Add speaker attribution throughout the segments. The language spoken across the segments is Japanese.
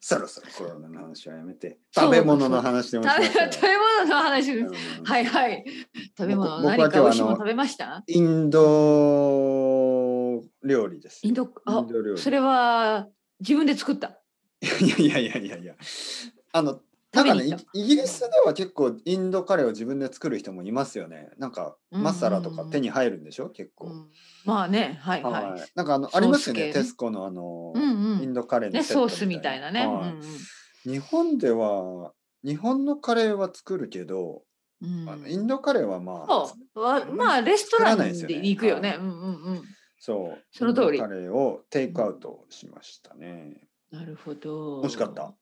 Speaker 1: そろそろコロナの話はやめて、食べ物の話でもしま
Speaker 2: 食べ
Speaker 1: しょうよ
Speaker 2: 食べ物の話です。
Speaker 1: うん
Speaker 2: はいはい。食べ物
Speaker 1: 僕僕は
Speaker 2: 何
Speaker 1: 今
Speaker 2: か
Speaker 1: 日
Speaker 2: 美味しいもの
Speaker 1: あの
Speaker 2: 食べました
Speaker 1: インド料理ですよ。
Speaker 2: インド
Speaker 1: イ
Speaker 2: あ
Speaker 1: ンド料理
Speaker 2: それは自分で作った。
Speaker 1: いやいやいやいやいや。あの、なん
Speaker 2: 食べ
Speaker 1: か
Speaker 2: に
Speaker 1: ね、
Speaker 2: 行っ
Speaker 1: イイギリスでは結構インドカレーを自分で作る人もいますよね。なんか
Speaker 2: うん
Speaker 1: マサラとか手に入るんでしょ、結
Speaker 2: た。う
Speaker 1: 構。
Speaker 2: んまあね、はい
Speaker 1: は。
Speaker 2: はい
Speaker 1: なんかあの
Speaker 2: ソ
Speaker 1: あ
Speaker 2: ー
Speaker 1: り
Speaker 2: ス系ね
Speaker 1: ますよね、テスコのあの
Speaker 2: い。う、んう
Speaker 1: イン
Speaker 2: ん。
Speaker 1: ドカレーの
Speaker 2: ね、
Speaker 1: セ
Speaker 2: ソ
Speaker 1: ッ
Speaker 2: ー
Speaker 1: ト
Speaker 2: スみたいなね。
Speaker 1: はい日本では日本のカレーは作るけど、
Speaker 2: うんうん
Speaker 1: あ
Speaker 2: う
Speaker 1: の
Speaker 2: ん
Speaker 1: インドカレーはまあ
Speaker 2: そうわまあレストランで行くよね。
Speaker 1: 作
Speaker 2: うんうんうん。
Speaker 1: そう
Speaker 2: その通
Speaker 1: インド
Speaker 2: り
Speaker 1: カレーをテイクアウトしましたね。
Speaker 2: なるほど。
Speaker 1: 美味しかった。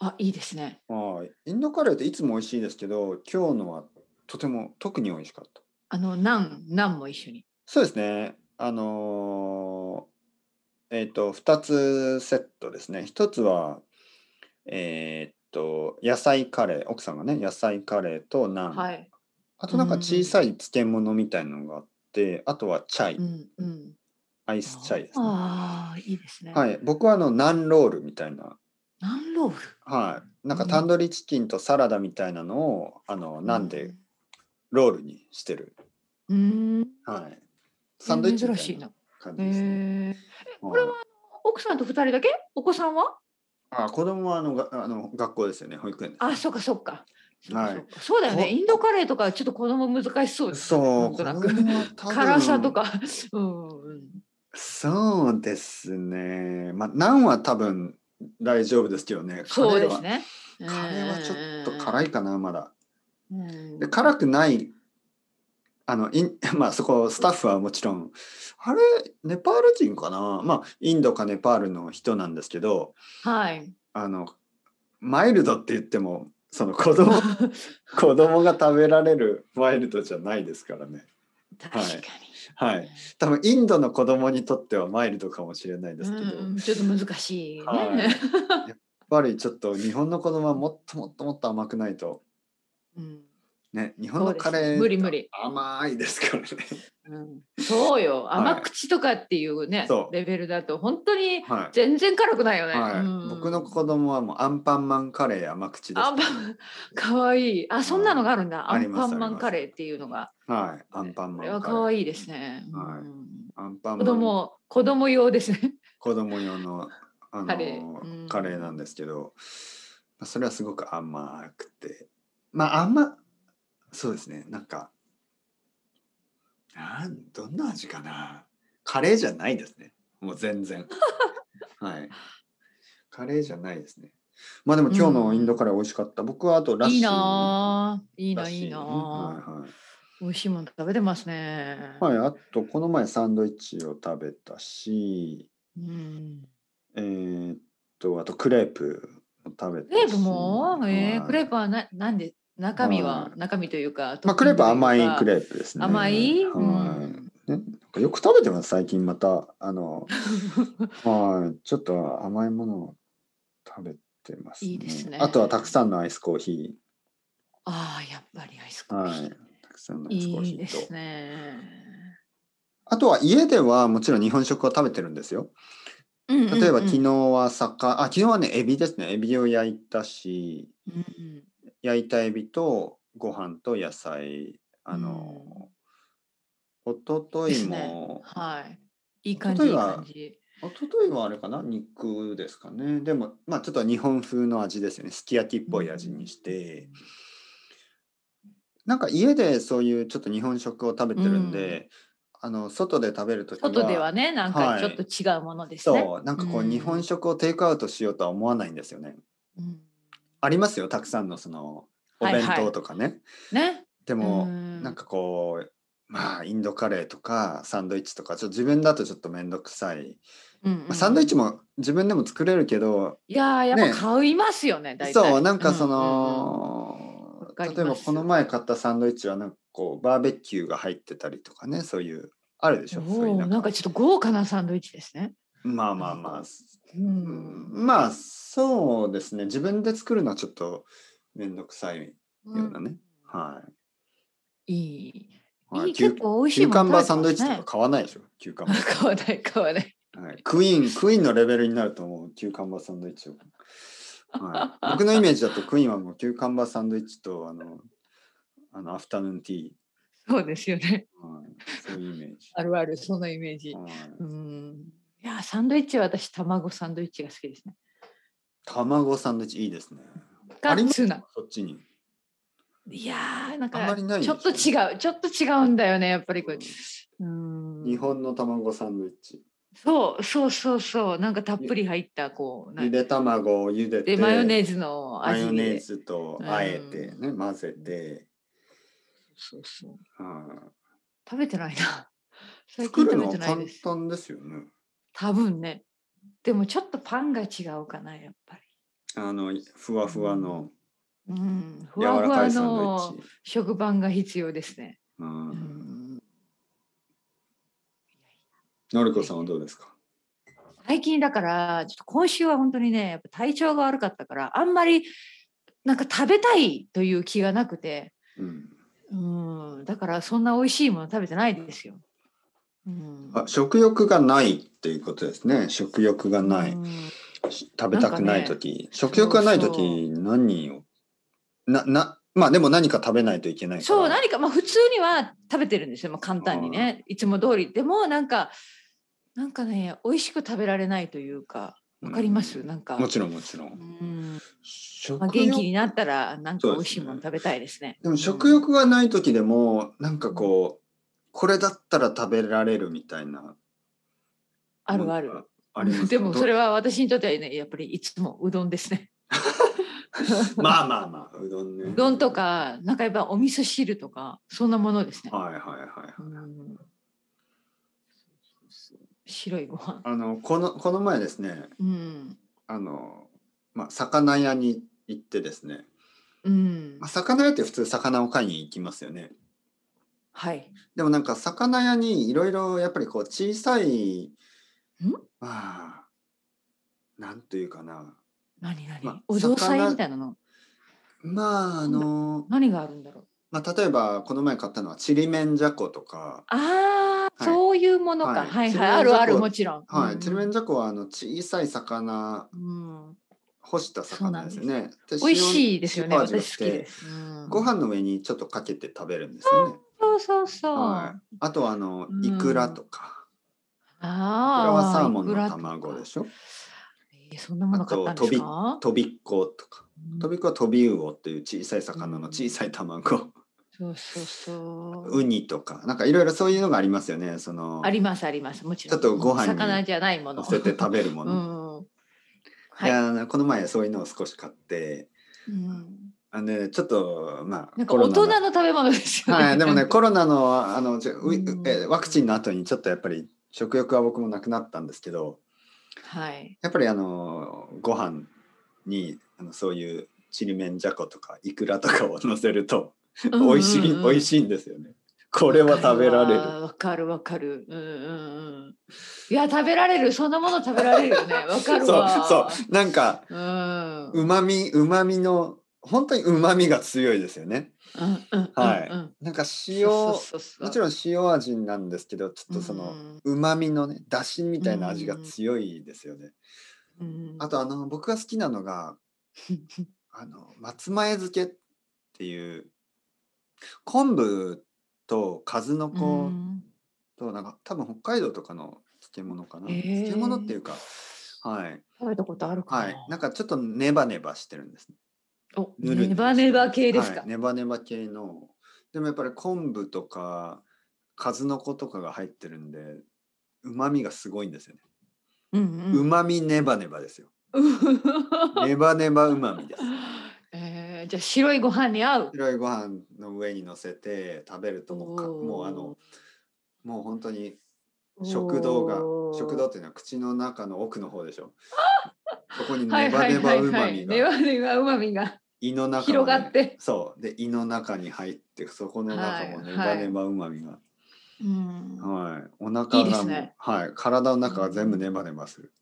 Speaker 2: あ、いいですね。
Speaker 1: はい。インドカレーっていつも美味しいですけど、今日のはとても特に美味しかった。
Speaker 2: あのナンナンも一緒に。
Speaker 1: そうですね。あのーえっ、と、2つセットですね。1つは、えっと、野菜カレー、奥さんがね、野菜カレーとナン、
Speaker 2: はい。
Speaker 1: あとなんか
Speaker 2: うん
Speaker 1: 小さい漬物みたいなのがあって、あとはチャイ、
Speaker 2: うんうん。
Speaker 1: アイスチャイですね。
Speaker 2: ああいいですね。
Speaker 1: はい、僕はあの、ナンロールみたいな、
Speaker 2: ナンロール。
Speaker 1: はい、なんか
Speaker 2: うん
Speaker 1: タンドリーチキンとサラダみたいなのを、あの、ナンで。ロールにしてる。
Speaker 2: うん。
Speaker 1: はい。サンドイッチみ
Speaker 2: 珍
Speaker 1: た
Speaker 2: しい
Speaker 1: いな
Speaker 2: な。
Speaker 1: 感じ
Speaker 2: へ
Speaker 1: ですね。
Speaker 2: え。
Speaker 1: こ
Speaker 2: これは奥さんと二人だけ？お子さんは？
Speaker 1: あ子供はあのがあの学校ですよね保育園です
Speaker 2: あ、そっかそっか。そっか
Speaker 1: はい
Speaker 2: そっかそうだよ
Speaker 1: こ
Speaker 2: ね。インドカレーとかちょっと子供難しそうです
Speaker 1: そ
Speaker 2: ね。
Speaker 1: う
Speaker 2: なんとな
Speaker 1: 子
Speaker 2: く。
Speaker 1: 供は多分
Speaker 2: 辛 さとか。うんうんうん。
Speaker 1: そうですねまあナンは多分大丈夫ですけどね
Speaker 2: そうですね。
Speaker 1: カレーはカレーはちょっと辛
Speaker 2: い。
Speaker 1: いかなまだ
Speaker 2: うん
Speaker 1: で辛くないあのイン まあそこスタッフはもちろんあれネパール人かなまあインドかネパールの人なんですけど
Speaker 2: はい。
Speaker 1: あのマイルドって言ってもその子 供子供が食べられるマイルドじゃないですからね
Speaker 2: 確かに。
Speaker 1: はい多分インドの子供にとってはマイルドかもしれないですけど、
Speaker 2: う
Speaker 1: や
Speaker 2: ん、ちょっと難しいね。
Speaker 1: はいっぱりちょっと日本の子供はもっともっともっと甘くないと
Speaker 2: うん、
Speaker 1: ね日本
Speaker 2: そう
Speaker 1: の
Speaker 2: で
Speaker 1: カ
Speaker 2: す
Speaker 1: レ
Speaker 2: ね
Speaker 1: ー
Speaker 2: 無理無理、
Speaker 1: 甘いですからね
Speaker 2: うん。そうよ、
Speaker 1: はい
Speaker 2: 甘口とかっていうね、
Speaker 1: そう
Speaker 2: レベルだと本当に
Speaker 1: は
Speaker 2: 全然辛くないよ
Speaker 1: い、
Speaker 2: ね。
Speaker 1: はい
Speaker 2: うん
Speaker 1: 僕の子供はもうアンパンマンカレー甘口です
Speaker 2: アンパン 可愛いあ、そんなのがあるんだ。
Speaker 1: はい
Speaker 2: アンパンマ
Speaker 1: ありますありま
Speaker 2: ン
Speaker 1: す
Speaker 2: カレーっていうのが、
Speaker 1: はいアンパンマン
Speaker 2: これ
Speaker 1: カレ
Speaker 2: は
Speaker 1: ー
Speaker 2: 可愛いですね。
Speaker 1: はい
Speaker 2: うん
Speaker 1: アンパンマ
Speaker 2: 子
Speaker 1: ン
Speaker 2: 供、子供用ですね。
Speaker 1: 子供用のあの
Speaker 2: カレーうん
Speaker 1: カレーなんですけどまあそれはすごく甘くてまあ甘そうですねなんかなんどんな味かなカレーじゃないですねもう全 然はいカレーじゃないですねまあでも今日のインドカレー美味しかった、僕はあとラッシー
Speaker 2: いいなあ、いい
Speaker 1: い
Speaker 2: な、いいなあ。
Speaker 1: は
Speaker 2: 美味しいもの食べてますね。
Speaker 1: いはい、はい、あとこの前サンドイッチを食べたし
Speaker 2: うん。
Speaker 1: えーっと、あとクレープも食べて。
Speaker 2: クレープも、えークレー
Speaker 1: プ。
Speaker 2: プはななんで中身は、
Speaker 1: はい
Speaker 2: 中身というか、
Speaker 1: まあ、クレープは甘いク
Speaker 2: ー
Speaker 1: レープですね。
Speaker 2: 甘い
Speaker 1: は
Speaker 2: うん
Speaker 1: い。ね、なんかよく食べてます、最近また。あの、はい。ちょっと甘いものを食べてます、
Speaker 2: いいですね
Speaker 1: あとはたくさんのアイスコーヒ
Speaker 2: ああやっぱりアイス
Speaker 1: ー。
Speaker 2: コー
Speaker 1: は
Speaker 2: ヒー、
Speaker 1: い。たくさんのアイスコーヒ
Speaker 2: い、い
Speaker 1: ー
Speaker 2: で
Speaker 1: と。
Speaker 2: すね
Speaker 1: あとは家ではもちろん日本食を食べてるんですよ。
Speaker 2: うんうんうん
Speaker 1: 例えば昨日は魚、あ、昨日はね、エビですね。エビを焼いたし、
Speaker 2: うんうん
Speaker 1: 焼いたエビとご飯と野菜あの、一昨日も、
Speaker 2: はいいい感じい
Speaker 1: 例え
Speaker 2: い
Speaker 1: ば
Speaker 2: 感じ
Speaker 1: 一昨日はあれかな肉ですかねでもまあちょっと日本風の味ですよねすき焼きっぽい味にして、なんか家でそういうちょっと日本食を食べてるんで、あの外で食べる時は
Speaker 2: 外ではねなん
Speaker 1: は
Speaker 2: か
Speaker 1: い
Speaker 2: ちょっと違うものですね、
Speaker 1: そうなんかこう
Speaker 2: うん
Speaker 1: 日本食をテイクアウトしようとは思わないんですよね、
Speaker 2: うん
Speaker 1: ありますよたくさんのそのお
Speaker 2: はい
Speaker 1: 弁
Speaker 2: はい
Speaker 1: 当とかね、
Speaker 2: ね
Speaker 1: でも、
Speaker 2: うん
Speaker 1: なんかこうまあインドカレーとかサンドイッチとかちょっと自分だとちょっと面倒くさい、
Speaker 2: うんうん
Speaker 1: まあ、サンドイッチも自分でも作れるけど、
Speaker 2: いやーやっ
Speaker 1: ね
Speaker 2: ぱ買いますよね大体
Speaker 1: そうなんかそ
Speaker 2: うんうんうん
Speaker 1: の、
Speaker 2: わかります
Speaker 1: 例えばこの前買ったサンドイッチはなんかこうバーベキューが入ってたりとかねそういうあるでしょそうい
Speaker 2: お
Speaker 1: う
Speaker 2: ーなんかちょっと豪華なサンドイッチですね。
Speaker 1: まあまあまあ、
Speaker 2: う
Speaker 1: うんん、まあそうですね自分で作るのはちょっと面倒くさいようなね、はい。
Speaker 2: いい。
Speaker 1: はい
Speaker 2: い
Speaker 1: キュ
Speaker 2: 結構美味し
Speaker 1: キ
Speaker 2: い
Speaker 1: ューカンバーサ
Speaker 2: 食
Speaker 1: ンド
Speaker 2: べ
Speaker 1: イ
Speaker 2: て
Speaker 1: ッチとか買わないでしょ、キューカンバ
Speaker 2: ますね
Speaker 1: ー。
Speaker 2: 買わない買わない。
Speaker 1: はい、クイーン、クイーンのレベルになるともうキューカンバーサンドイッチを。はい、僕のイメージだとクイーンはもうキューカンバーサンドイッチとあのあのアフタヌーンティー、
Speaker 2: そうですよね。
Speaker 1: はい、そういうイメージ。
Speaker 2: あるある、そんなイメージ。
Speaker 1: はい、
Speaker 2: うん。いや、サンドイッチは私、卵サンドイッチが好きですね。
Speaker 1: 卵サンドイッチいいですね。あ
Speaker 2: か
Speaker 1: ります
Speaker 2: ツナ。
Speaker 1: そっちに。
Speaker 2: いや
Speaker 1: あ
Speaker 2: ー、なん
Speaker 1: んま
Speaker 2: か、
Speaker 1: りないで
Speaker 2: ち
Speaker 1: し
Speaker 2: ょ
Speaker 1: ょ
Speaker 2: っと違う、ちょっと違うんだよね、やっぱりこれ。うん。
Speaker 1: 日本の卵サンドイッチ。
Speaker 2: そうそうそうそう、なんかたっぷり入った、こう、な
Speaker 1: ゆ
Speaker 2: んか
Speaker 1: で卵をゆでて、
Speaker 2: で、マヨネーズの
Speaker 1: マ
Speaker 2: 味で。
Speaker 1: ヨネーズとあえてね、混ぜて、
Speaker 2: そうそう。
Speaker 1: は
Speaker 2: 食べてないな。
Speaker 1: い、
Speaker 2: 最
Speaker 1: 作
Speaker 2: 近
Speaker 1: る
Speaker 2: 食べ
Speaker 1: の
Speaker 2: て
Speaker 1: は
Speaker 2: な
Speaker 1: 簡
Speaker 2: いです。
Speaker 1: 単ですよね。
Speaker 2: 多分ね。でもちょっとパンが違うかな、やっぱり。
Speaker 1: あのふわふわの
Speaker 2: うん、ふ
Speaker 1: 柔
Speaker 2: わ
Speaker 1: ら
Speaker 2: ふ
Speaker 1: か
Speaker 2: わ
Speaker 1: いサンドイッ
Speaker 2: の
Speaker 1: チ。
Speaker 2: 食パンが必要ですね。
Speaker 1: う、
Speaker 2: うんん、
Speaker 1: のりこさんはどうですか。
Speaker 2: 最近だから、ちょっと今週は本当にね、やっぱ体調が悪かったから、あんまりなんか食べたいという気がなくて、
Speaker 1: うん、
Speaker 2: うん、だからそんな美味しいもの食べてないですよ。うん、
Speaker 1: あ、食欲がないっていうことですね。食欲がない、
Speaker 2: うん
Speaker 1: し食べたくない
Speaker 2: なんかね
Speaker 1: 時、食欲がない時
Speaker 2: そうそ
Speaker 1: 何を。な、な、まあ、でも、何か食べないといけないから。
Speaker 2: そう何かまあ普通には食べてるんですよ、まあ、簡単にねいつも通りでもなんかなんかね美味しく食べられないというかわかります、
Speaker 1: うん
Speaker 2: なんか
Speaker 1: もちろん、もちろ。
Speaker 2: うんん、
Speaker 1: 食
Speaker 2: まあ、
Speaker 1: 欲。
Speaker 2: 元気になったらなんか
Speaker 1: そう
Speaker 2: 美
Speaker 1: ですね
Speaker 2: 味しいもの食べたいですね
Speaker 1: でも、食欲がない時でも、なんかこう。これだったら食べられるみたいな。
Speaker 2: あるある。
Speaker 1: ありますか
Speaker 2: でもそれ
Speaker 1: ど
Speaker 2: は私にとってはねやっぱりいつもうどんですね
Speaker 1: まあまあまあ、うどんね。
Speaker 2: うどんと。かなんかやっぱお味噌汁とかそんなものですね、
Speaker 1: はいはいはい。
Speaker 2: うん、白いご飯
Speaker 1: あの、この、この前ですね。
Speaker 2: うん
Speaker 1: あの、まあ、魚屋に行ってですね。
Speaker 2: うん
Speaker 1: まあ、魚屋って普通魚を買いに行きますよね。
Speaker 2: はい
Speaker 1: でもなんか魚屋にいろいろやっぱりこう小さい
Speaker 2: ん、
Speaker 1: まあ、なんというかな。
Speaker 2: 何何、
Speaker 1: ま
Speaker 2: お雑
Speaker 1: 魚
Speaker 2: 菜みたいなの
Speaker 1: まああの、
Speaker 2: 何があるんだろう
Speaker 1: まあ、例えばこの前買ったのはちりめんじゃことか、
Speaker 2: ああ、
Speaker 1: はい
Speaker 2: そういうものか、は、
Speaker 1: はいい
Speaker 2: はい
Speaker 1: ちりめんじゃこ
Speaker 2: あるあるもちろん
Speaker 1: は
Speaker 2: う
Speaker 1: い、
Speaker 2: ん
Speaker 1: ちりめんじゃこはあの小さい魚、
Speaker 2: うん、
Speaker 1: 干した魚ですよね。で
Speaker 2: 美味しいですよね
Speaker 1: 塩味がし
Speaker 2: 私好
Speaker 1: て
Speaker 2: きです、うん、
Speaker 1: ご飯の上にちょっとかけて食べるんですよね。
Speaker 2: そうそうそう、
Speaker 1: はい、あとはあの
Speaker 2: うん
Speaker 1: いくらとか、いくら
Speaker 2: あ
Speaker 1: は
Speaker 2: あ
Speaker 1: サーモンの
Speaker 2: いくらと
Speaker 1: 卵
Speaker 2: か
Speaker 1: でしょ。
Speaker 2: えーそんなもの買ったんですか
Speaker 1: とびっことか。
Speaker 2: うん
Speaker 1: トビコはトビウオっていう小さい魚の小さい卵、
Speaker 2: そうそうそう
Speaker 1: ウニとかなんかいろいろそういうのがありますよねその
Speaker 2: ありますありますもちろん
Speaker 1: ちょっとご飯に
Speaker 2: 魚じゃないもの
Speaker 1: 乗せて食べるも
Speaker 2: う
Speaker 1: の、
Speaker 2: ん、
Speaker 1: い
Speaker 2: はい
Speaker 1: やこの前そういうのを少し買って
Speaker 2: うん、
Speaker 1: あの、ね、ちょっとまあ
Speaker 2: なんか
Speaker 1: コ
Speaker 2: 大
Speaker 1: ロ
Speaker 2: 人
Speaker 1: ナ
Speaker 2: の食べ物ですよね、
Speaker 1: はいでもねコロナのあのちょウイ
Speaker 2: うん
Speaker 1: えワクチンの後にちょっとやっぱり食欲は僕もなくなったんですけど
Speaker 2: はい
Speaker 1: やっぱりあのご飯にあのそういうちりめんじゃことかいくらとかを乗せると美味しい、美味
Speaker 2: い
Speaker 1: しいんですよねこれは食べられる
Speaker 2: わかるわかるわかるうんうんうんいや食べられるそんなもの食べられ るよねわかる
Speaker 1: そう
Speaker 2: わ
Speaker 1: そうなんか
Speaker 2: ううん
Speaker 1: うまみうまみの本当にうまみが強いですよね
Speaker 2: うんうん
Speaker 1: はい
Speaker 2: うん
Speaker 1: なんか
Speaker 2: うん
Speaker 1: 塩
Speaker 2: そうそうそう
Speaker 1: もちろん塩味なんですけどちょっとそのうまみのねだしみたいな味が強いですよね
Speaker 2: うんうん
Speaker 1: あとあの僕が好きなのがあの松前漬けっていう昆布と数の
Speaker 2: う
Speaker 1: 子
Speaker 2: ん
Speaker 1: となんか多分北海道とかの漬物かな
Speaker 2: へー
Speaker 1: 漬物っていうかはい
Speaker 2: 食べたことあるかな、
Speaker 1: はいなんかちょっとネバネバしてるんですね
Speaker 2: お
Speaker 1: ぬるっと
Speaker 2: ネバネバ系ですか、
Speaker 1: はい、ネバネバ系のでもやっぱり昆布とか数の子とかが入ってるんでうまみがすごいんですよね
Speaker 2: うん
Speaker 1: うまみネバネバですよネバネバうまみです
Speaker 2: えー、じゃあ白いご飯に合う。
Speaker 1: 白いご飯の上に乗せて食べるともうか
Speaker 2: おー
Speaker 1: もうあのもう本当に食道が
Speaker 2: おー
Speaker 1: 食道っていうのは口の中の奥の方でし ょそこに
Speaker 2: はい
Speaker 1: ネ
Speaker 2: は
Speaker 1: バ
Speaker 2: い
Speaker 1: ネバ
Speaker 2: はいはいう
Speaker 1: まみ
Speaker 2: ネ
Speaker 1: が
Speaker 2: バネバうまみが
Speaker 1: 胃の中まで
Speaker 2: 広がって。
Speaker 1: そうで胃の中に入ってそこの中もネ
Speaker 2: は
Speaker 1: バ
Speaker 2: いはい
Speaker 1: ネバうまみが
Speaker 2: うん
Speaker 1: はい、お腹がもう
Speaker 2: いいですね
Speaker 1: はい、体の中が全部ネバネバする。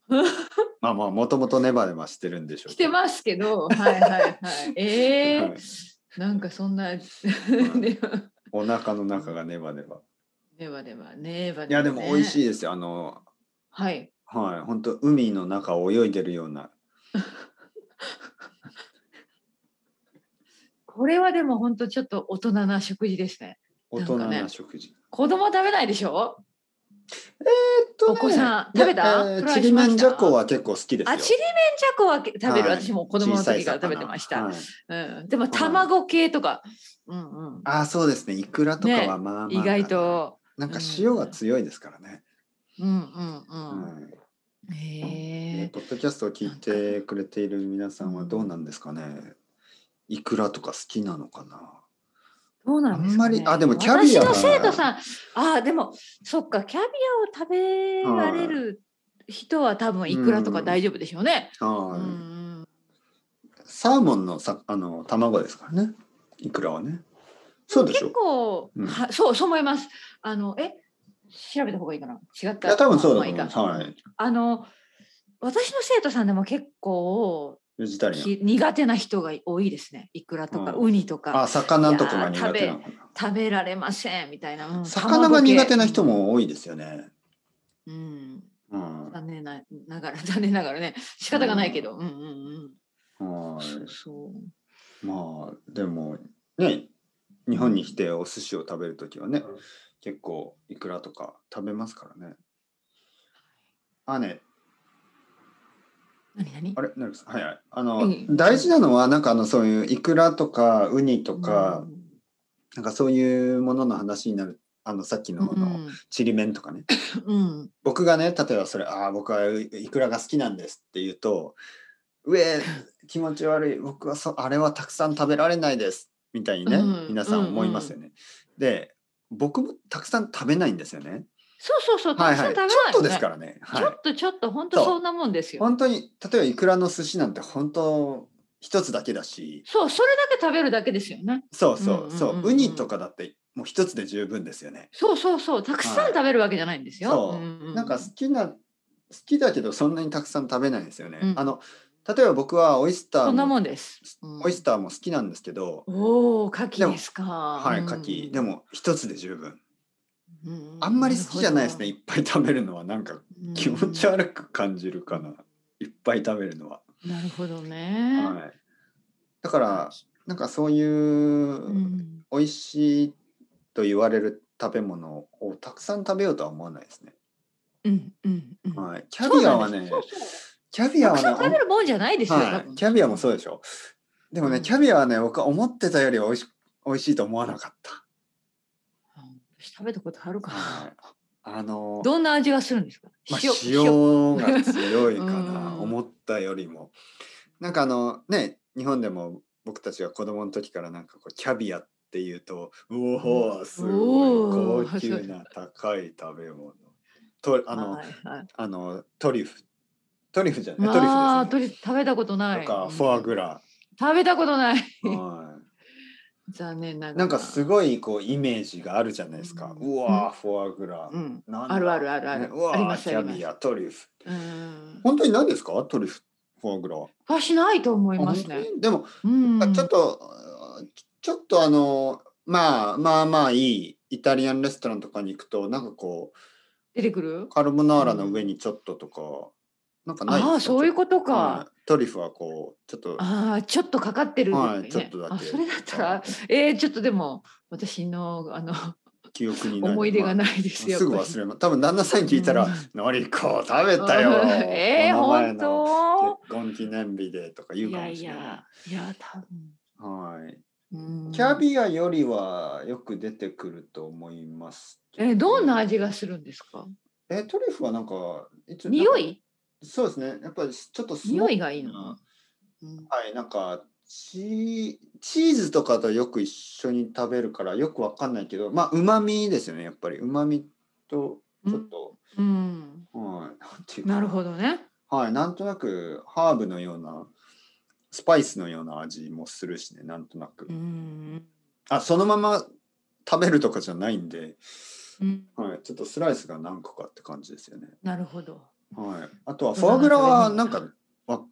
Speaker 1: まあまあ、もともとネバネバしてるんでしょう
Speaker 2: 来
Speaker 1: け
Speaker 2: て
Speaker 1: ど。
Speaker 2: ますけ ど、はいはいはい。えー
Speaker 1: はい
Speaker 2: なんかそんな、 ネバ
Speaker 1: お腹の中がネバネバ。
Speaker 2: ネバネバネバネバ、ね。
Speaker 1: いや、でも美味しいですよ。あの、
Speaker 2: はい。
Speaker 1: はい、本当海の中を泳いでるような。
Speaker 2: これはでも本当ちょっと大人な食事ですね。
Speaker 1: 大人
Speaker 2: なんかね
Speaker 1: な食事。
Speaker 2: 子供食べないでしょ
Speaker 1: えっと
Speaker 2: お子さん食べた
Speaker 1: いやえー
Speaker 2: トライ
Speaker 1: チリ
Speaker 2: しま
Speaker 1: メ
Speaker 2: した
Speaker 1: ンジャコは結構好きですよ。
Speaker 2: あ、ちりめんじゃこは食べる。
Speaker 1: はい
Speaker 2: 私も子供の時から食べてました。
Speaker 1: 小さい魚はい
Speaker 2: うん、でも卵系とか、うんうん、
Speaker 1: あー、そうですね。イクラとか
Speaker 2: ね
Speaker 1: はまあまあ、
Speaker 2: 意外。と、
Speaker 1: なんか塩が強いですからね。
Speaker 2: うんうんう
Speaker 1: は
Speaker 2: ん。
Speaker 1: い
Speaker 2: へ
Speaker 1: ね
Speaker 2: え。
Speaker 1: ポッドキャストを聞いてくれている皆さんはどうなんですかね。いくらとか好きなのかな。
Speaker 2: どうなんですか、ね、
Speaker 1: あんまりあでもキャビアは
Speaker 2: 私の生徒さん、あでもそっかキャビアを食べられる人は多分いくらとか大丈夫でしょうね。
Speaker 1: は
Speaker 2: う
Speaker 1: い、
Speaker 2: ん
Speaker 1: サーモンのさあの卵ですからね。いくらはね。そうでしょ
Speaker 2: 結。構、
Speaker 1: うん
Speaker 2: はそうそう思います。あのえ調べた方がいいかな。違っ
Speaker 1: い
Speaker 2: た。
Speaker 1: や多分そうだと思
Speaker 2: まあ
Speaker 1: い
Speaker 2: いいか
Speaker 1: ます。はい。
Speaker 2: あの私の生徒さんでも結構
Speaker 1: ベジタリアン。
Speaker 2: き苦手な人が多いですね。いくらとか、
Speaker 1: うん
Speaker 2: ウニとか
Speaker 1: あ、魚とかが苦手なのかな。
Speaker 2: 食べられませんみたいな。うん
Speaker 1: 魚が苦手な人。も多いですよね。
Speaker 2: 卵系うん。
Speaker 1: うん。
Speaker 2: 残念なながら残念なが らね仕方がないけど、うん、うんうん
Speaker 1: は
Speaker 2: そう
Speaker 1: い。
Speaker 2: そう
Speaker 1: まあでもね日本に来てお寿司を食べるときはね結構いくらとか食べますからね。あね
Speaker 2: 何何
Speaker 1: あれなるさんはいはいあの、
Speaker 2: うん
Speaker 1: 大事なのはなんかあのそういういくらとかウニとか、
Speaker 2: うん
Speaker 1: なんかそういうものの話になるあのさっきのあ
Speaker 2: う
Speaker 1: の
Speaker 2: ん
Speaker 1: ちりめんとかね、
Speaker 2: うん
Speaker 1: 僕がね例えばそれ「ああ僕はいくらが好きなんです」って言うと「うえ 気持ち悪い僕はそあれはたくさん食べられないです」みたいにね、
Speaker 2: うん
Speaker 1: 皆さん思いますよね。で僕もたくさん食べないんですよね。
Speaker 2: そうそうそう
Speaker 1: は
Speaker 2: た
Speaker 1: い
Speaker 2: くさ
Speaker 1: は
Speaker 2: ん
Speaker 1: い、
Speaker 2: 食
Speaker 1: ちょ
Speaker 2: べない
Speaker 1: っとです
Speaker 2: か
Speaker 1: からね。
Speaker 2: ちょ
Speaker 1: はい、
Speaker 2: っとちょっと本当そんなもんですよ
Speaker 1: 本当に例えばいくらの寿司なんて本当一つだけだし
Speaker 2: そうそれだけ食べるだけですよね
Speaker 1: そうそうそう,、
Speaker 2: うんうんうん
Speaker 1: ウ
Speaker 2: うん
Speaker 1: ニとかだってもう一つで十分ですよね。
Speaker 2: そうそうそうたくさん食べるわけじゃないんですよ、
Speaker 1: そう
Speaker 2: うんうん
Speaker 1: なんか好きな好きだけどそんなにたくさん食べないですよね。
Speaker 2: うん
Speaker 1: あの例えば僕はオイスター
Speaker 2: そんな
Speaker 1: の
Speaker 2: もんです、うん
Speaker 1: オイスターも好きなんですけど、
Speaker 2: おお牡
Speaker 1: で
Speaker 2: 蠣
Speaker 1: も
Speaker 2: ですか
Speaker 1: はい、
Speaker 2: うん
Speaker 1: 牡蠣、でも一つで十分。
Speaker 2: う
Speaker 1: あんまり好きじゃないですね。いっぱい食べるのはなんか
Speaker 2: うん
Speaker 1: 気持ち悪く感じるかな。いっぱい食べるのは。
Speaker 2: なるほどね、
Speaker 1: はい。だからなんかそういう
Speaker 2: うん
Speaker 1: 美味しいと言われる食べ物をたくさん食べようとは思わないですね。
Speaker 2: うんうんうん
Speaker 1: はい。キャビアはね
Speaker 2: そうなんですそうそう
Speaker 1: キャビア
Speaker 2: た
Speaker 1: は
Speaker 2: くさん食
Speaker 1: ね
Speaker 2: べるもんじゃないですよ、 多
Speaker 1: はい、
Speaker 2: 分
Speaker 1: キャビアもそうでしょ。でも
Speaker 2: う
Speaker 1: ね、
Speaker 2: ん
Speaker 1: キャビアはね、僕は思ってたより美味し美味しいと思わなか った。
Speaker 2: うん私食べたことあるか
Speaker 1: はい
Speaker 2: な。
Speaker 1: あの
Speaker 2: どんな味がするんですか。
Speaker 1: まあ、
Speaker 2: 塩
Speaker 1: 塩が強いか
Speaker 2: う
Speaker 1: な、
Speaker 2: ん
Speaker 1: 思ったよりもなんかあのね日本でも僕たちが子供の時からなんかこうキャビアっていうとうおおすご
Speaker 2: お
Speaker 1: い
Speaker 2: ー
Speaker 1: 高級な高い食べ物とあの、
Speaker 2: はいはい
Speaker 1: あのトリュフトリュフじゃないトリ
Speaker 2: ま
Speaker 1: ュ
Speaker 2: あ、
Speaker 1: フです
Speaker 2: トリュフ食べたこと
Speaker 1: ね
Speaker 2: な
Speaker 1: と
Speaker 2: い。
Speaker 1: かフォアグ
Speaker 2: ラ。
Speaker 1: ラ、
Speaker 2: 食べたことない。
Speaker 1: は
Speaker 2: 残念なが
Speaker 1: い、
Speaker 2: ら。
Speaker 1: なんかすごいこうイメージがあるじゃないですか、
Speaker 2: う
Speaker 1: うんわーフォアグラ、
Speaker 2: うん。
Speaker 1: なんだ
Speaker 2: あるあるあるある。
Speaker 1: ねうわ
Speaker 2: ありま
Speaker 1: ー
Speaker 2: す
Speaker 1: キ
Speaker 2: あ
Speaker 1: ャ
Speaker 2: ります
Speaker 1: ビ。アトリュフ
Speaker 2: うん。
Speaker 1: 本当に何ですかトリュフフォアグラは
Speaker 2: はしないと思い
Speaker 1: あ
Speaker 2: ま
Speaker 1: 本
Speaker 2: す
Speaker 1: 当
Speaker 2: ね。
Speaker 1: にでも、
Speaker 2: うん。
Speaker 1: あちょっとあちょっとあのまあまあまあいいイタリアンレストランとかに行くとなんかこ
Speaker 2: 出てくる
Speaker 1: う。カルボナーラの上にちょっととか、なんかないですか
Speaker 2: ああ、そういうこと
Speaker 1: と
Speaker 2: か。
Speaker 1: トリュフはこうちょっと
Speaker 2: ああ、ちょっとかかってるんですね。
Speaker 1: はいちょっとだけ
Speaker 2: あ、それだったら、えー、ちょっとでも、私の、あの、
Speaker 1: 記憶にない
Speaker 2: 思い出が
Speaker 1: まあ
Speaker 2: ないですよ。
Speaker 1: すぐ忘れます多分旦那さんに聞いた
Speaker 2: う
Speaker 1: ら
Speaker 2: ん
Speaker 1: 「のりこ食べたよ」
Speaker 2: うん えー、
Speaker 1: この前
Speaker 2: 本
Speaker 1: の
Speaker 2: 当。
Speaker 1: 結婚記念日でとか言う
Speaker 2: い
Speaker 1: か
Speaker 2: や
Speaker 1: も
Speaker 2: い
Speaker 1: しれない
Speaker 2: や、いや、多分。
Speaker 1: はい
Speaker 2: うん
Speaker 1: キャビアよりはよく出てくると思いますけ
Speaker 2: え、どんな味がするんですか。
Speaker 1: えトリュフはなんかいつ
Speaker 2: 匂
Speaker 1: なんか
Speaker 2: い。
Speaker 1: そうですねやっぱりちょっとスモー
Speaker 2: 匂いがいいの
Speaker 1: キーな
Speaker 2: かな。うん
Speaker 1: はいなんかチーチーズとかとよく一緒に食べるからよくわかんないけどまあうまみですよねやっぱりうまみとちょっと、
Speaker 2: うん。
Speaker 1: はいなんていうか
Speaker 2: なるほどね。
Speaker 1: はいなんとなくハーブのようなスパイスのような味もするしねなんとなく、
Speaker 2: うん。
Speaker 1: あそのまま食べるとかじゃないんで、
Speaker 2: うん
Speaker 1: はい、ちょっとスライスが何個かって感じですよね
Speaker 2: なるほど。
Speaker 1: はい、あとはフォアグラはなんかわ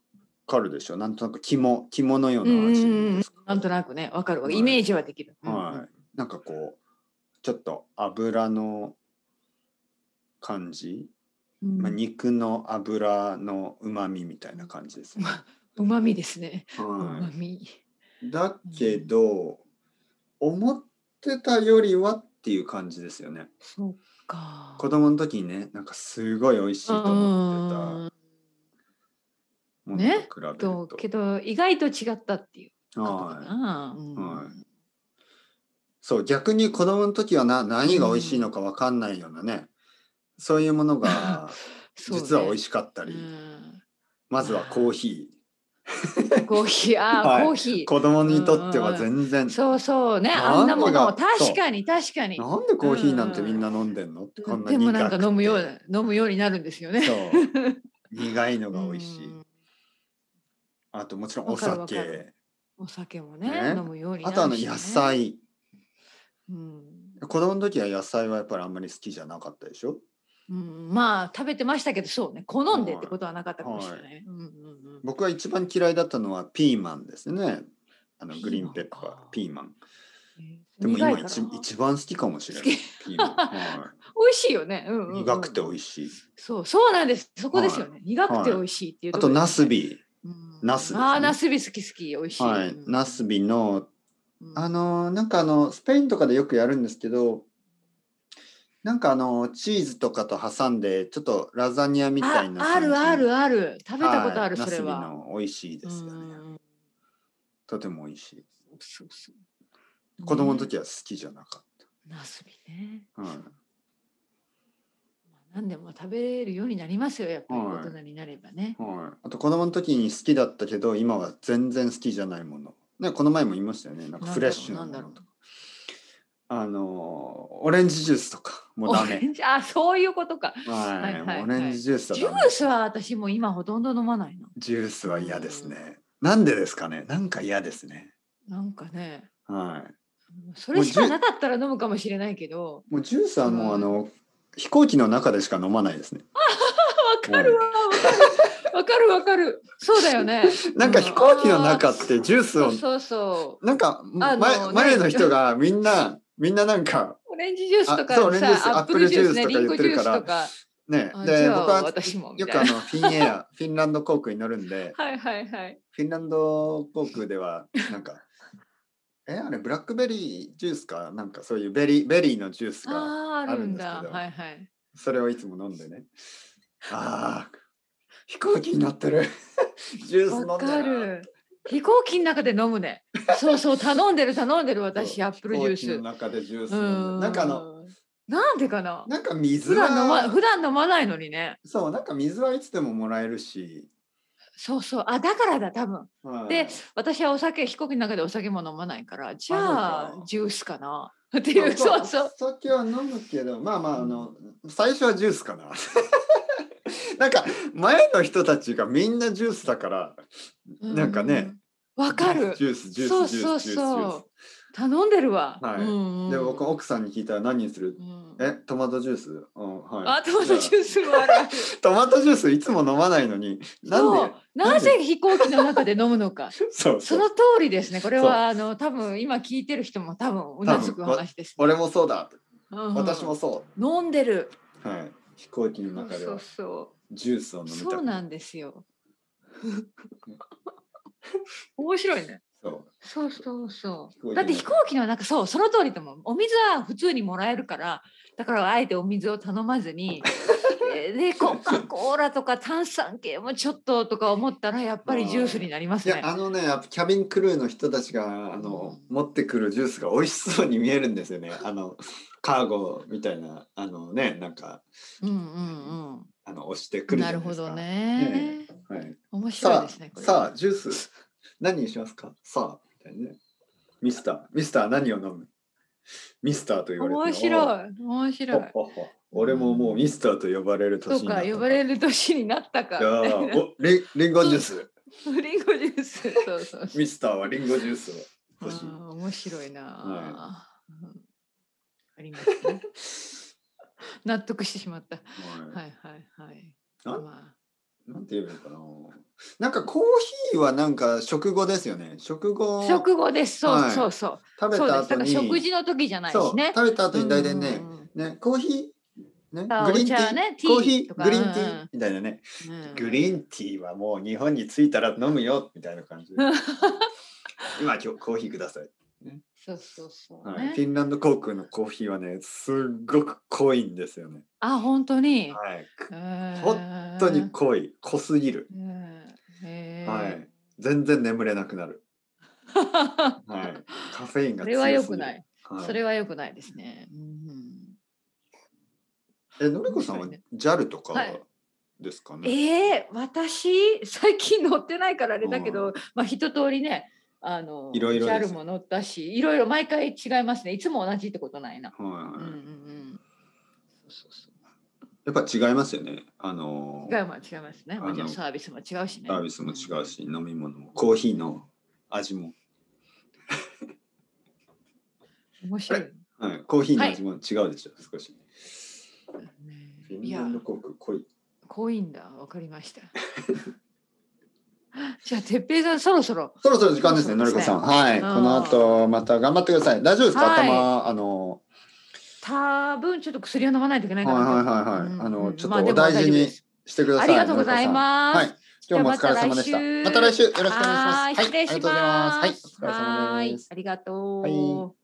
Speaker 1: かるでしょなんとなく肝肝のよう
Speaker 2: うん
Speaker 1: な
Speaker 2: うん
Speaker 1: 味
Speaker 2: うんうん
Speaker 1: ですか、
Speaker 2: なんとなくね、わかるわかる。
Speaker 1: はい
Speaker 2: イメージはできる。うんう
Speaker 1: は
Speaker 2: ん
Speaker 1: い、なんかこうちょっと油の感じ
Speaker 2: うん
Speaker 1: まあ、肉の脂のうまみみたいな感じですね。
Speaker 2: うまみですね。うま
Speaker 1: は
Speaker 2: み。
Speaker 1: い、だけど思ってたよりはっていう感じですよね。
Speaker 2: そうか。
Speaker 1: 子供の時にねなんかすごい美味しいと思ってたものと比
Speaker 2: ね
Speaker 1: べる
Speaker 2: と
Speaker 1: と。
Speaker 2: けど意外と違ったっていうことか
Speaker 1: はい、
Speaker 2: な。うん
Speaker 1: はいそう逆に子供の時はな何が美味しいのか分かんないようなね、そういうものが
Speaker 2: そうね
Speaker 1: 実は美味しかったり、
Speaker 2: うん
Speaker 1: まずはコーヒ
Speaker 2: コーヒーあー、
Speaker 1: はい
Speaker 2: コーヒ
Speaker 1: ー子供にとっては全然
Speaker 2: ー。そうそうね
Speaker 1: なんで
Speaker 2: あんなもの
Speaker 1: が
Speaker 2: 確かに確かに。
Speaker 1: なんでコーヒーなんてみんな飲んでんのってこんな
Speaker 2: で
Speaker 1: 苦
Speaker 2: も
Speaker 1: く
Speaker 2: なんか飲むよ
Speaker 1: て
Speaker 2: うな飲むようになるんですよね。
Speaker 1: そう 苦いのが美味しい、
Speaker 2: うん
Speaker 1: あともちろんお
Speaker 2: わかるわか
Speaker 1: 酒、
Speaker 2: るお酒もね
Speaker 1: ね
Speaker 2: 飲むようにな
Speaker 1: あ
Speaker 2: るし、ね。
Speaker 1: とあの野。菜
Speaker 2: うん
Speaker 1: 子供の時は野菜はやっぱりあんまり好きじゃなかったでしょ
Speaker 2: うん、まあ食べてましたけどそうね好んでってことはなかったかもしれない。うんうんうん
Speaker 1: 僕が一番嫌いだったのはピーマンですねあの
Speaker 2: ピーマンか
Speaker 1: グリーンペッパーピーマン
Speaker 2: え
Speaker 1: で
Speaker 2: ー
Speaker 1: も
Speaker 2: 苦
Speaker 1: 今
Speaker 2: いかな
Speaker 1: 一一番好きかもしれないピー マン、は
Speaker 2: 美味しいよね。うんうんう
Speaker 1: い、
Speaker 2: ん
Speaker 1: 苦くて美味しい
Speaker 2: そう、そうなんです。そこですよね。苦くて美味しいってい
Speaker 1: あ
Speaker 2: うこと
Speaker 1: ナ
Speaker 2: です
Speaker 1: ス
Speaker 2: ね、
Speaker 1: ビ
Speaker 2: うん
Speaker 1: ナスですね
Speaker 2: ああ、ナスビ好き好き、美味しい。
Speaker 1: はいナスビの
Speaker 2: うん
Speaker 1: あのーなんかあのスペインとかでよくやるんですけどなんかあのチーズとかと挟んでちょっとラザニアみたいな
Speaker 2: ああるあ
Speaker 1: あ
Speaker 2: るある。食べたことある、それ
Speaker 1: ナス
Speaker 2: は。
Speaker 1: ビの美味しいですよ
Speaker 2: う
Speaker 1: ね
Speaker 2: ん
Speaker 1: とても美味しい
Speaker 2: そうそう
Speaker 1: 子供の
Speaker 2: ね
Speaker 1: 時は好きじゃなかっ
Speaker 2: ナスビね。
Speaker 1: た、はい
Speaker 2: まあ何でも食べれるようになりますよ、やっぱり
Speaker 1: はい
Speaker 2: 大人になればね。
Speaker 1: はい、あと子供の時に好きだったけど今は全然好きじゃないもの、ね、この前も言いましたよねなんかフレッシュな
Speaker 2: なん
Speaker 1: も
Speaker 2: だ
Speaker 1: の
Speaker 2: ろう
Speaker 1: とかあのーオレンジジュースとかもうダ
Speaker 2: オレ
Speaker 1: メ、
Speaker 2: ンジ あそういうことか。
Speaker 1: はい
Speaker 2: はいはいはい
Speaker 1: もうオレンジジュースは
Speaker 2: ジュ
Speaker 1: ダメ
Speaker 2: ースは私も今ほとんど飲まないの。
Speaker 1: ジュースは嫌ですね。なんでですかね。なんか嫌ですね。
Speaker 2: なんかね、
Speaker 1: は
Speaker 2: それしかなかったら飲むかもしれないけど。
Speaker 1: い。もうジュースはもう
Speaker 2: う
Speaker 1: あ
Speaker 2: ん
Speaker 1: の飛行機の中でしか飲まないですね。
Speaker 2: わかるわ、わかる、わかる、わかる。そうだよね。
Speaker 1: なんか飛行機の中ってジュース
Speaker 2: そ
Speaker 1: を
Speaker 2: うそうそ
Speaker 1: なんか
Speaker 2: あ
Speaker 1: 前
Speaker 2: のね
Speaker 1: 前の人がみんなみんななんか
Speaker 2: う。オレンジジュースとか
Speaker 1: あそうオレンジジュース
Speaker 2: さ、アップルジュースね、
Speaker 1: アップ
Speaker 2: リ
Speaker 1: ルジュースとか言
Speaker 2: ンゴ
Speaker 1: って
Speaker 2: ジ
Speaker 1: る
Speaker 2: ュー
Speaker 1: から
Speaker 2: スとか。
Speaker 1: ね
Speaker 2: あじ
Speaker 1: で
Speaker 2: ゃあ
Speaker 1: 僕は
Speaker 2: 私もみ
Speaker 1: よ
Speaker 2: たい
Speaker 1: くあ
Speaker 2: な
Speaker 1: のフィンエアフィンランド航空に乗るんで
Speaker 2: はいはいはい。
Speaker 1: フィンランド航空ではなんかえあれブラックベリージュースかなんかそういうベリーベリーのジュースが
Speaker 2: ああ、あるん
Speaker 1: あ
Speaker 2: だ。
Speaker 1: るんですけど
Speaker 2: はいはい。
Speaker 1: それをいつも飲んでね。ああ、飛行機になってる。 ジュース飲んで
Speaker 2: わかる。飛行機の中で飲むね。そうそう、頼んでる、頼んでる、私、アップルジュ
Speaker 1: 飛行機の
Speaker 2: ース。
Speaker 1: 中でジュース
Speaker 2: う
Speaker 1: 飲んでる。
Speaker 2: ん。
Speaker 1: なんかあの、。
Speaker 2: なんでかな。
Speaker 1: なんか水
Speaker 2: 普段飲ま、
Speaker 1: は、
Speaker 2: 普段飲まないのにね。
Speaker 1: そう、なんか水はいつでももらえるし。
Speaker 2: そうそう、あ、だからだ、多分。
Speaker 1: はい
Speaker 2: で私はお酒飛行機の中でお酒も飲まないからじ
Speaker 1: あ
Speaker 2: ゃ
Speaker 1: そう
Speaker 2: あ
Speaker 1: か
Speaker 2: ジュースかなっていうそうそう。
Speaker 1: お酒は飲むけど、まあまあ、あの、最初はジュースかな。 なんか前の人たちがみんなジュースだからなんかね
Speaker 2: うんわかる
Speaker 1: ジュースジュースジュ
Speaker 2: そ
Speaker 1: ー
Speaker 2: う
Speaker 1: スジ
Speaker 2: そ
Speaker 1: ュースジ
Speaker 2: う
Speaker 1: ュース
Speaker 2: そう頼んでるわ、
Speaker 1: はい
Speaker 2: うんうん
Speaker 1: で僕奥さんに聞いたら何にする
Speaker 2: うん
Speaker 1: えトマトジュース、うんはい、
Speaker 2: あトマトジュース もある
Speaker 1: トマトジュースいつも飲まないのになんで
Speaker 2: そうなぜ飛行機の中で飲むの か
Speaker 1: そう
Speaker 2: そ
Speaker 1: そう
Speaker 2: の通りですねこれはあの多分今聞いてる人も多分うなずく話です、ね
Speaker 1: 俺もそうだ、
Speaker 2: うんうん
Speaker 1: 私もそ
Speaker 2: 飲んでる
Speaker 1: う、はい、飛行機の
Speaker 2: そう
Speaker 1: 中で
Speaker 2: そう
Speaker 1: は
Speaker 2: そう
Speaker 1: ジュースを飲みたく
Speaker 2: そうなんですよ面白いね
Speaker 1: そう
Speaker 2: そうそうそ
Speaker 1: 飛行機の
Speaker 2: う。だって飛行機の中そうその通りともお水は普通にもらえるからだからあえてお水を頼まずにえーでコカ・コーラとか炭酸系もちょっととか思ったらやっぱりジュースになります
Speaker 1: いや
Speaker 2: ね。
Speaker 1: あのねやっぱキャビンクルーの人たちがあの持ってくるジュースが美味しそうに見えるんですよねあのカーゴみたいなあのねなんか
Speaker 2: うんうん
Speaker 1: あの押して
Speaker 2: う
Speaker 1: くる
Speaker 2: ん。
Speaker 1: じ
Speaker 2: な
Speaker 1: ゃ
Speaker 2: る
Speaker 1: ないで
Speaker 2: ほ
Speaker 1: すか
Speaker 2: どね。
Speaker 1: はい、
Speaker 2: 面白い
Speaker 1: さ
Speaker 2: ですね。
Speaker 1: あ
Speaker 2: これ
Speaker 1: さあジュース何にしますかさあみたいなねミスターミスター何を飲むミスターと言われても
Speaker 2: 面白い面白い。
Speaker 1: ほっほっほ俺ももうミスターと呼ばれる
Speaker 2: そ
Speaker 1: 年
Speaker 2: う
Speaker 1: になっ
Speaker 2: か
Speaker 1: た
Speaker 2: 呼ばれる年になったか。
Speaker 1: じゃあ
Speaker 2: みたいな
Speaker 1: おリンリンゴジュー ス
Speaker 2: リンゴジュースそうそうそう。
Speaker 1: ミスターはリンゴジュースを欲しい
Speaker 2: あー面白いな、
Speaker 1: は
Speaker 2: うんありますね納得してしまった
Speaker 1: はい
Speaker 2: はいはいはい
Speaker 1: あ
Speaker 2: ま
Speaker 1: なんて言えばいいのかななんかコーヒーはなんか食後ですよね食後
Speaker 2: あ、食後ですそう、
Speaker 1: はい
Speaker 2: そうそう
Speaker 1: 食べ
Speaker 2: そう
Speaker 1: た後
Speaker 2: ですだから
Speaker 1: に
Speaker 2: 食事の時じゃない
Speaker 1: そ
Speaker 2: し
Speaker 1: う
Speaker 2: ね
Speaker 1: 食べた後に大体ね
Speaker 2: うんうんうん
Speaker 1: ねコーヒーね、
Speaker 2: あ
Speaker 1: グリーンティ
Speaker 2: お茶
Speaker 1: ー
Speaker 2: はねティー
Speaker 1: コーヒ
Speaker 2: と
Speaker 1: ー、
Speaker 2: か
Speaker 1: グリーンティ
Speaker 2: うん
Speaker 1: ーみたいなね、
Speaker 2: うん
Speaker 1: グリーンティーはもう日本に着いたら飲むよみたいな感 じで。今今日コーヒーください、
Speaker 2: そうそうそう、
Speaker 1: はい
Speaker 2: ね
Speaker 1: フィンランド航空のコーヒーはね、すっごく濃いんですよね。
Speaker 2: あ本当に、
Speaker 1: はい、
Speaker 2: 本
Speaker 1: 本当に濃い、濃すぎる。は。
Speaker 2: はい
Speaker 1: 全然眠れなくなる。はい。カフェインが強すぎる。
Speaker 2: それは良くない、
Speaker 1: はい。
Speaker 2: それは良くないですね、うん
Speaker 1: え、のりこさんは
Speaker 2: 面白いね
Speaker 1: JAL とか
Speaker 2: はい
Speaker 1: ですかね。
Speaker 2: えー、私 最近乗ってないからあれだけど、まあ一通りねあの
Speaker 1: いろいろです
Speaker 2: JAL も乗ったしいろいろ毎回違いますねいつも同じってことないな、うんうんう
Speaker 1: はい。
Speaker 2: んそうそう
Speaker 1: やっぱ違いますよね。あの
Speaker 2: そう違
Speaker 1: ー、
Speaker 2: うも違いますねもち
Speaker 1: あの
Speaker 2: ろんサービスも違うしね
Speaker 1: サービスも違うし、飲み物も、コーヒーの味も、
Speaker 2: うん面白い、ね
Speaker 1: はい、コーヒーの味も違うでしょ、少し。フィ
Speaker 2: い
Speaker 1: ン
Speaker 2: や
Speaker 1: ランド航空濃い。
Speaker 2: 濃いんだわかりました じゃあ哲平さんそろそろ
Speaker 1: そろそろ時間ですね、
Speaker 2: そ
Speaker 1: の
Speaker 2: う
Speaker 1: り
Speaker 2: です
Speaker 1: こさん。
Speaker 2: ね
Speaker 1: はい。こ
Speaker 2: うん
Speaker 1: の後、また頑張ってください。大丈夫ですか
Speaker 2: はい
Speaker 1: 頭、あの
Speaker 2: 多分ちょっと薬を飲まないといけない
Speaker 1: ー、
Speaker 2: か
Speaker 1: はい
Speaker 2: な。
Speaker 1: はいはいはい。あの、ちょっとお
Speaker 2: 大
Speaker 1: 大
Speaker 2: 事
Speaker 1: 事にしてくださ
Speaker 2: あ
Speaker 1: い。
Speaker 2: りがとうございます。
Speaker 1: はい。今日もお疲れ様でした。
Speaker 2: じゃあ
Speaker 1: また来週よろしくお願いします。
Speaker 2: はーい失礼
Speaker 1: ありが
Speaker 2: し
Speaker 1: とうございます。はい、お疲れ様で
Speaker 2: ます。
Speaker 1: す。
Speaker 2: はーいありがとう。
Speaker 1: はい